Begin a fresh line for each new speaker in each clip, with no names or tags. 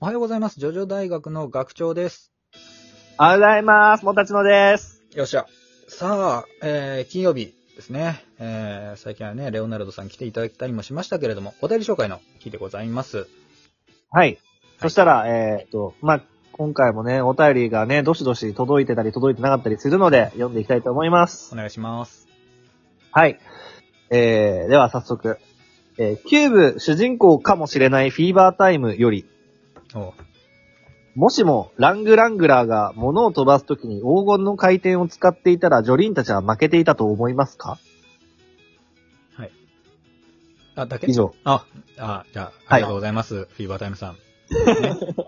おはようございます。ジョジョ大学の学長です。
おはようございます。もたちのです。
よっしゃ。さあ、えー、金曜日ですね。えー、最近はね、レオナルドさん来ていただいたりもしましたけれども、お便り紹介の日でございます。
はい。そしたら、えーっと、まあ、今回もね、お便りがね、どしどし届いてたり届いてなかったりするので、読んでいきたいと思います
お。願いします。
はい。えー、では早速。えー、キューブ主人公かもしれないフィーバータイムより、
おう
もしもラングラングラーが物を飛ばすときに黄金の回転を使っていたらジョリーンたちは負けていたと思いますか
あ、だけ
以上。
あ、あ、じゃあ、ありがとうございます。フィーバータイムさん。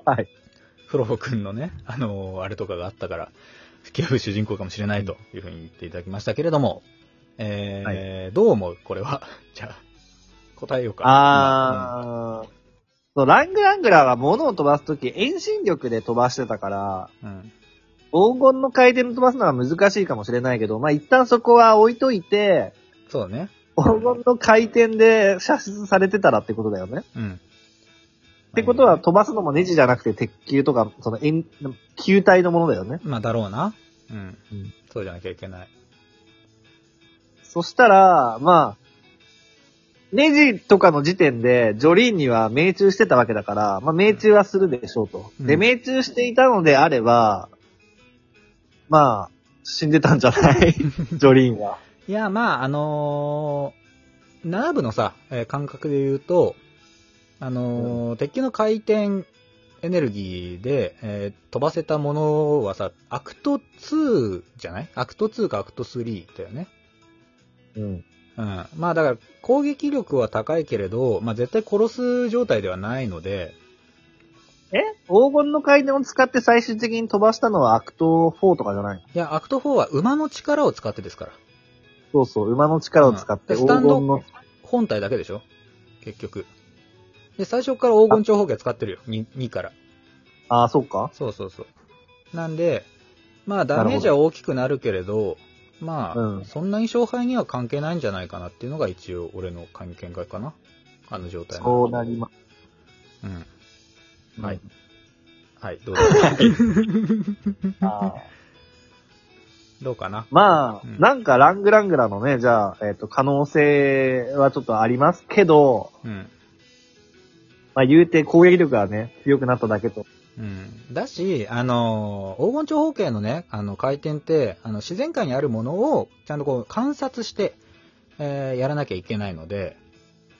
はい。
フロホ君のね、あのーあれとかがあったから、キューブ主人公かもしれないというふうに言っていただきましたけれども、えーどう思うこれは。 じゃあ、答えようか。
あー。そうラングラングラーが物を飛ばすとき、遠心力で飛ばしてたから、
うん。うん。
黄金の回転を飛ばすのは難しいかもしれないけど、まあ、一旦そこは置いといて、
そうだね。
黄金の回転で射出されてたらってことだよね。
うん。
ってことは、飛ばすのもネジじゃなくて鉄球とか、その円、球体のものだよね。
まあ、だろうな。うん。
うん
そうじゃなきゃいけない。
そしたら、まあ、ネジとかの時点で、ジョリーンには命中してたわけだから、まあ命中はするでしょうと。
うん
で、命中していたのであれば、まあ、死んでたんじゃな いジョリーンは。
いや、まあ、あのー、7部のさ、えー感覚で言うと、あのー鉄球の回転エネルギーで、えー飛ばせたものはさ、アクト2じゃないアクト2かアクト3だよね。
うん。
うん。まあだから攻撃力は高いけれど、まあ絶対殺す状態ではないので、
え黄金の回転を使って最終的に飛ばしたのはアクト4とかじゃないの
いや、アクト4は馬の力を使ってですから。
そうそう、馬の力を使って
うん
黄
で
金の、
本体だけでしょ結局。で、最初から黄金長方形使ってるよ。2, 2から。
ああ、そうか
そうそうそう。なんで、まあダメージは大きくなるけれど、まあ、
うん
そんなに勝敗には関係ないんじゃないかなっていうのが一応俺の見解かな。あの状態の。
そうなりま
うん。
す。
はい。。はい、 どうぞ。
あー
どうかな
まあ、
うん
なんかラングラングラのね、じゃあ、えっ、と、可能性はちょっとありますけど、
うん。
まあ言うて攻撃力がね、強くなっただけと。
うん。だし、あのー黄金長方形のね、あの、回転って、あの、自然界にあるものを、ちゃんとこう、観察して、えーやらなきゃいけないので、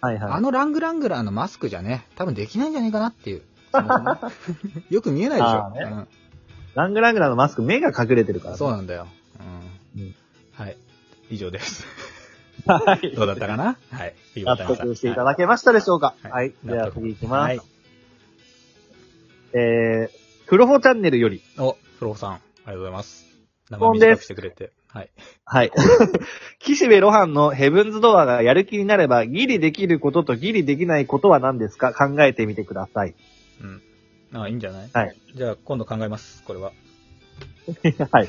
はいはい。
あのラングラングラーのマスクじゃね、多分できないんじゃないかなって いう。そもそもよく見えないでし
あ
ょ
ー。ラングラングラのマスク目が隠れてるか
う
ら、
ん、そう
う
なんだよ。うん。
うん
はい。以上です。
はい。
どうだったかなはい。
納得していた
だ
だけましたでしょうか
は
はいい。
納
で
得
は次行きます。
はい
えー、フロホチャンネルより。
お、フローさん、ありがとうございます。名前
本で
短
す
くしてくれて。はい。
はい。 岸辺露伴のヘブンズドアがやる気になれば、ギリできることとギリできないことは何ですか考えてみてください。
うん。ああ、いいんじゃない
はい。
じゃあ、今度考えます、これは。
はい。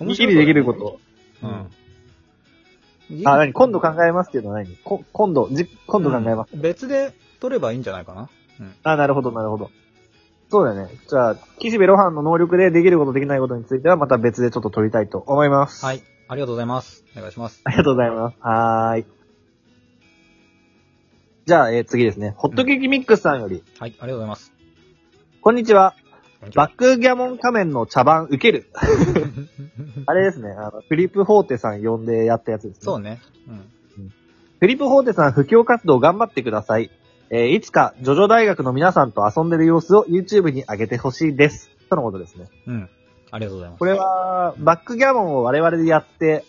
面
ギ
白い
リできること。
うん。
あ、何今度考えますっていうのは何こ今度、じ、今度考えます。
うん別で取ればいいんじゃないかな
あ、なるほど、なるほど。そうだね。じゃあ、岸辺露伴の能力でできることできないことについては、また別でちょっと取りたいと思います。
はい。ありがとうございます。お願いします。
ありがとうございます。はーい。じゃあ、えー次ですね。ホットケーキミックスさんより、
はい、ありがとうございます。
こんにちは。
こんにちは
バックギャモン仮面の茶番受ける。あれですね、あの、フリップホーテさん呼んでやったやつですね。
そうね。うん。
フリップホーテさん、布教活動頑張ってください。えーいつか、ジョジョ大学の皆さんと遊んでる様子を YouTube に上げてほしいです。とのことですね。
うん。ありがとうございます。
これは、バックギャモンを我々でやって、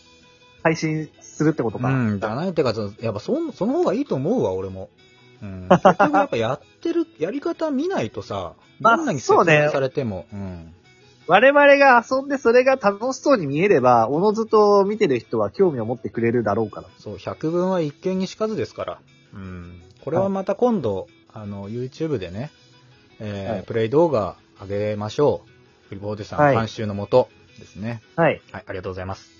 配信するってことか。
うん、じゃないってか、そやっぱそ、その方がいいと思うわ、俺も。 うん。結局やっぱやってる、やり方見ないとさ、
まあ
どんなに説
そうね
明されても、うん。
我々が遊んでそれが楽しそうに見えれば、おのずと見てる人は興味を持ってくれるだろうから。
そう、百分は一見にしかずですから。うん。これはまた今度、あの、YouTube でね、えー
はい
プレイ動画上げましょう。フリボーデさん
はい
監修のもとですね、
はい。
はい。ありがとうございます。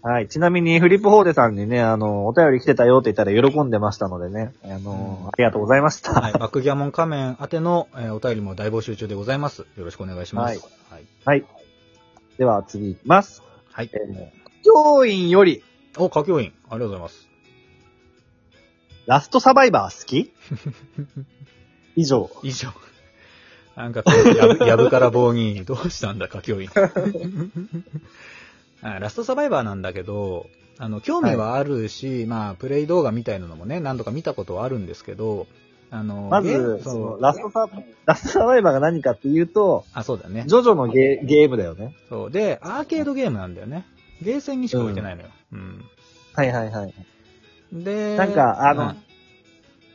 はい。ちなみに、フリップホーデさんにね、あの、お便り来てたよって言ったら喜んでましたのでね、あの、
うん
ありがとうございました。
はい、バックギャモン仮面宛ての、えーお便りも大募集中でございます。よろしくお願いします。はい。
はい。では、次いきます。
はい。
えー、教員より、
お、歌教員、ありがとうございます。
ラストサバイバー好 き以上。
以上。なんかこう、やぶやぶから棒に、どうしたんだ、歌 教員。あラストサバイバーなんだけど、あの、興味はあるし、まあ、プレイ動画みたいなのもね、何度か見たことはあるんですけど、あの、
ま
ゲ
ず
ー、
そ
そ
の
う、
ラストサ、ラストサバイバーが何かっていうと、
あ、そうだね。
ジョジョのゲーゲームだよね。
そう。で、アーケードゲームなんだよね。ゲーセンにしか置いてないのよ。うん。
はいはいはい。
で、
なんかあの
うん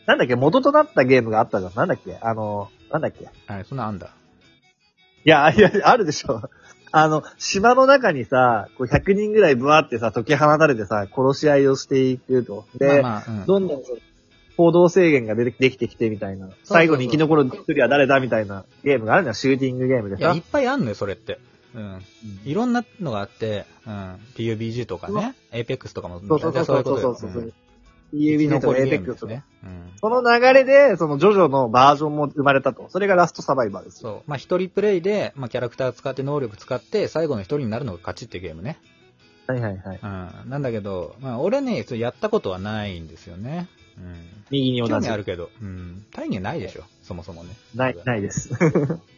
なんだっけ、元となったゲームがあったじゃん。なんだっけあの、なんだっけい
はい、そんなんあんだ。
や、いや、あるでしょ。あの、島の中にさ、こう100人ぐらいブワーってさ、解き放たれてさ、殺し合いをしていくと。で、
まあまあ、うん
どんどんその行動制限が出てできてきてみたいな。最後に生き残る一人は誰だみたいなゲームがあるのよ、シューティングゲームで
いや、
さ
いっ。ぱいあんのよ、それって。うん。
うん
いろんなのがあって、うん。PUBG とかね、APEX とかも、
そうそうそうそうそうそうそう。指のと
と
エーペックスとか
ね。うん。
その流れで、そのジョジョのバージョンも生まれたと。それがラストサバイバーですよ。
そう。まあ、一人プレイで、まあ、キャラクター使って、能力使って、最後の一人になるのが勝ちってゲームね。
はいはいはい。
うん。なんだけど、まあ、俺ね、ちょっとやったことはないんですよね。うん。
右に
興
同
味
じ
あ。るけど、うん。大義ないでしょ、そもそもね。
ない、ないです。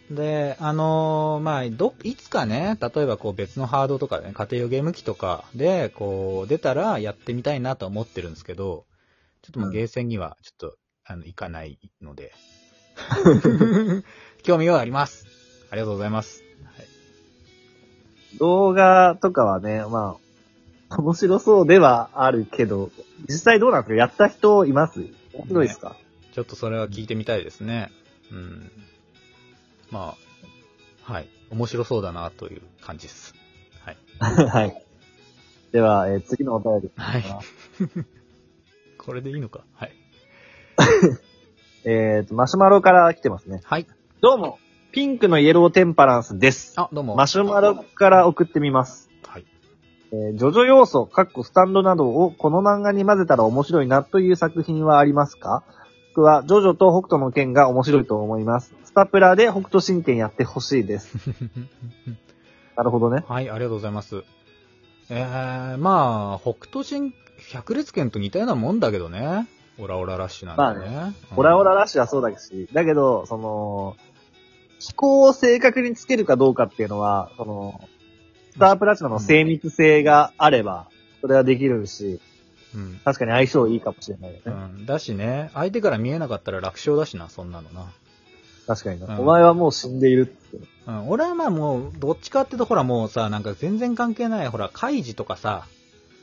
で、あのーまあ、ど、いつかね、例えばこう別のハードとかね、家庭用ゲーム機とかで、こう、出たらやってみたいなとは思ってるんですけど、ちょっともうゲーセンには、ちょっと、あの、行かないので。 興味はあります。ありがとうございます。
動画とかはね、まあ、面白そうではあるけど、実際どうなんですかやった人います面白いですか、
ちょっとそれは聞いてみたいですね。うん。まあ、はい。面白そうだなという感じです。はい。
はい。では、えー次のお便り。
はい。これでいいのかはい。
えっ、と、マシュマロから来てますね。
はい。
どうも、ピンクのイエローテンパランスです。
あ、どうも。
マシュマロから送ってみます。
はい。
えージョジョ要素、カッコスタンドなどをこの漫画に混ぜたら面白いなという作品はありますか僕は、ジョジョと北斗の剣が面白いと思います。スタプラで北斗神拳やってほしいです。なるほどね。
はい、ありがとうございます。えー、まあ、北斗神、百裂拳と似たようなもんだけどね。オラオララッシュなんでね。うん
オラオララッシュはそうだし、だけど、その、飛行を正確につけるかどうかっていうのは、その、スタープラチナの精密性があれば、それはできるし、
うん。
確かに相性いいかもしれないよね。
うん、だしね、相手から見えなかったら楽勝だしな、そんなのな。
確かにね、
うん
お前はもう死んでいるって。
うん、俺はまあもう、どっちかっていうと、ほらもうさ、なんか全然関係ない、ほら、カイジとかさ、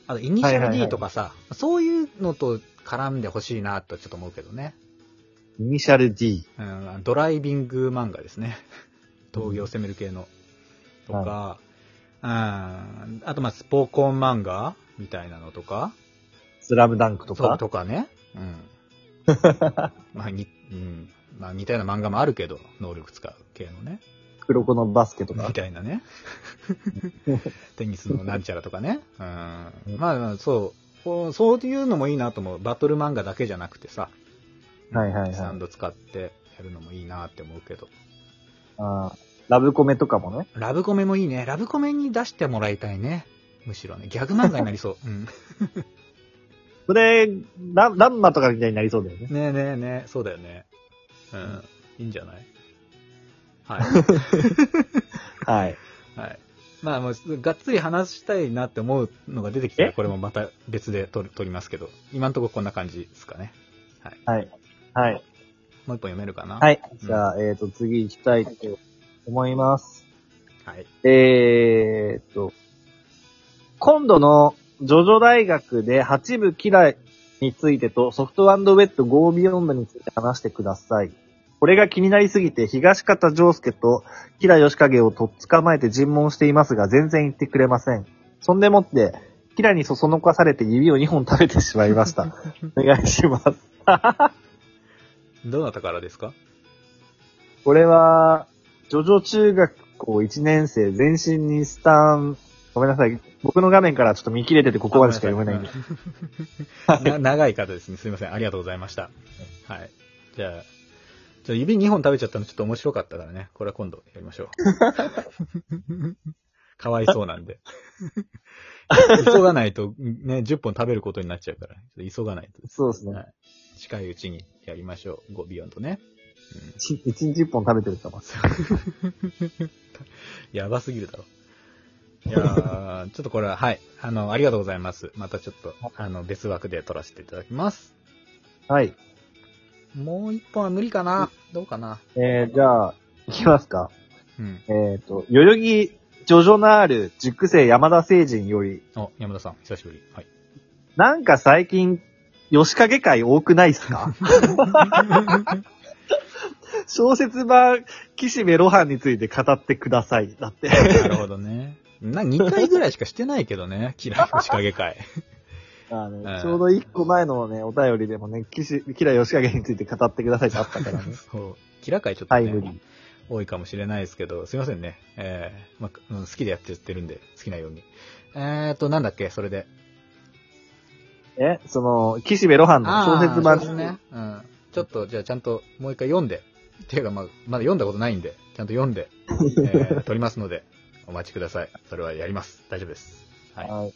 あと、イニシ
はい
ャル
はいは
D
い
とかさ、そういうのと絡んでほしいな、とちょっと思うけどね。
イニシャル D。
うん、ドライビング漫画ですね。峠を攻める系の。とか、うん、あとまあスポーコン漫画みたいなのとか、
スラムダンクと
そう
か。
とかね。 うん。まあに、うん。まあ似たような漫画もあるけど、能力使う系のね。
黒子のバスケとか
み。たいな ね。テニスのなんちゃらとかね。うん。まあまあそうこう。そういうのもいいなと思う。バトル漫画だけじゃなくてさ。
はいはいはい
サンド使ってやるのもいいなって思うけど。
あーラブコメとかもね。
ラブコメもいいね。ラブコメに出してもらいたいね。むしろね。ギャグ漫画になり そう。うん。
それ、ラランマとかみたいになりそうだよね。
ねえねえねえ、そうだよね。うん。いいんじゃないはい。
はい。
はい。まあもう、がっつり話したいなって思うのが出てきたら、
え
これもまた別で撮る撮りますけど、今んとここんな感じですかね。はい。
はい。はい。
もう一本読めるかな。
はいい。じゃあ、えっ、と、次行きたいと思います。
はい。
えー、っと、今度のジョジョ大学で8部嫌いについてとソフトウェット Go Beyond について話してください。これが気になりすぎて東方丈介とキラ吉影をとっ捕まえて尋問していますが全然言ってくれません。そんでもって、キラにそそのかされて指を2本食べてしまいました。お願いします。
どなたからですか
これは、ジョジョ中学校1年生全身にスタンごめんなさい。僕の画面からちょっと見切れてて、ここまでしか読めないんで。
あ。ご めんなさいな長い方ですね。すいません。ありがとうございました。はい。じゃあ、ちょ指2本食べちゃったのちょっと面白かったからね。これは今度やりましょう。 かわいそうなんで。急がないと、ね、10本食べることになっちゃうから、ちょっと急がないとです。
そうですね。
はい近いうちにやりましょう。5ビヨンとね。うん
一一日一本食べてるって言ってます。
やばすぎるだろ。いやーちょっとこれは、はい。あの、ありがとうございます。またちょっと、あの、別枠で撮らせていただきます。
はい。
もう一本は無理かなどうかな
えー、じゃあ、いきますか。
うん。
えっ、ー、と、代々木ジョジョナール熟成山田星人より、
お、山田さん、久しぶり。はい。
なんか最近、吉影会多くないっすか 小説版、岸辺露伴について語ってください。だっ て。
なるほどね。な、2回ぐらいしかしてないけどね。キラ星影会。
あの、
うん。
ちょうど一個前のね、お便りでもね、岸、キラ吉影について語ってくださいってあったから ね
そう。キラ会ちょっと
タイムリー
ね、。多いかもしれないですけど、すいませんね。えー、まあ、うん好きでやってってるんで、好きなように。えーと、なんだっけそれで。
え、その、岸辺露伴の小説
あー
版
そうですね。うん。ちょっと、じゃあちゃんともう一回読んで、っていうかまあ、まだ読んだことないんで、ちゃんと読ん で、えー、撮りますので、お待ちください。それはやります。大丈夫です。はい。
はい。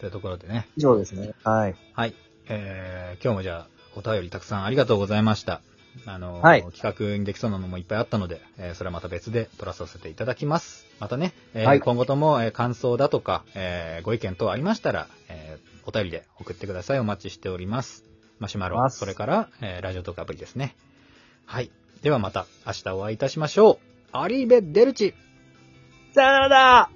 というところでね。
以上ですね。はい。
はい。えー、今日もじゃあ、お便りたくさんありがとうございました。あのー
はい
企画にできそうなのもいっぱいあったので、えーそれはまた別で撮らさせていただきます。またね、えー
はい
今後とも、えー感想だとか、えーご意見等ありましたら、えーお便りで送ってください。お待ちしております。マシュマロ、
ます
それから、えーラジオトークアプリですね。はい。ではまた明日お会いいたしましょう。アリーベ・デルチ
さよなら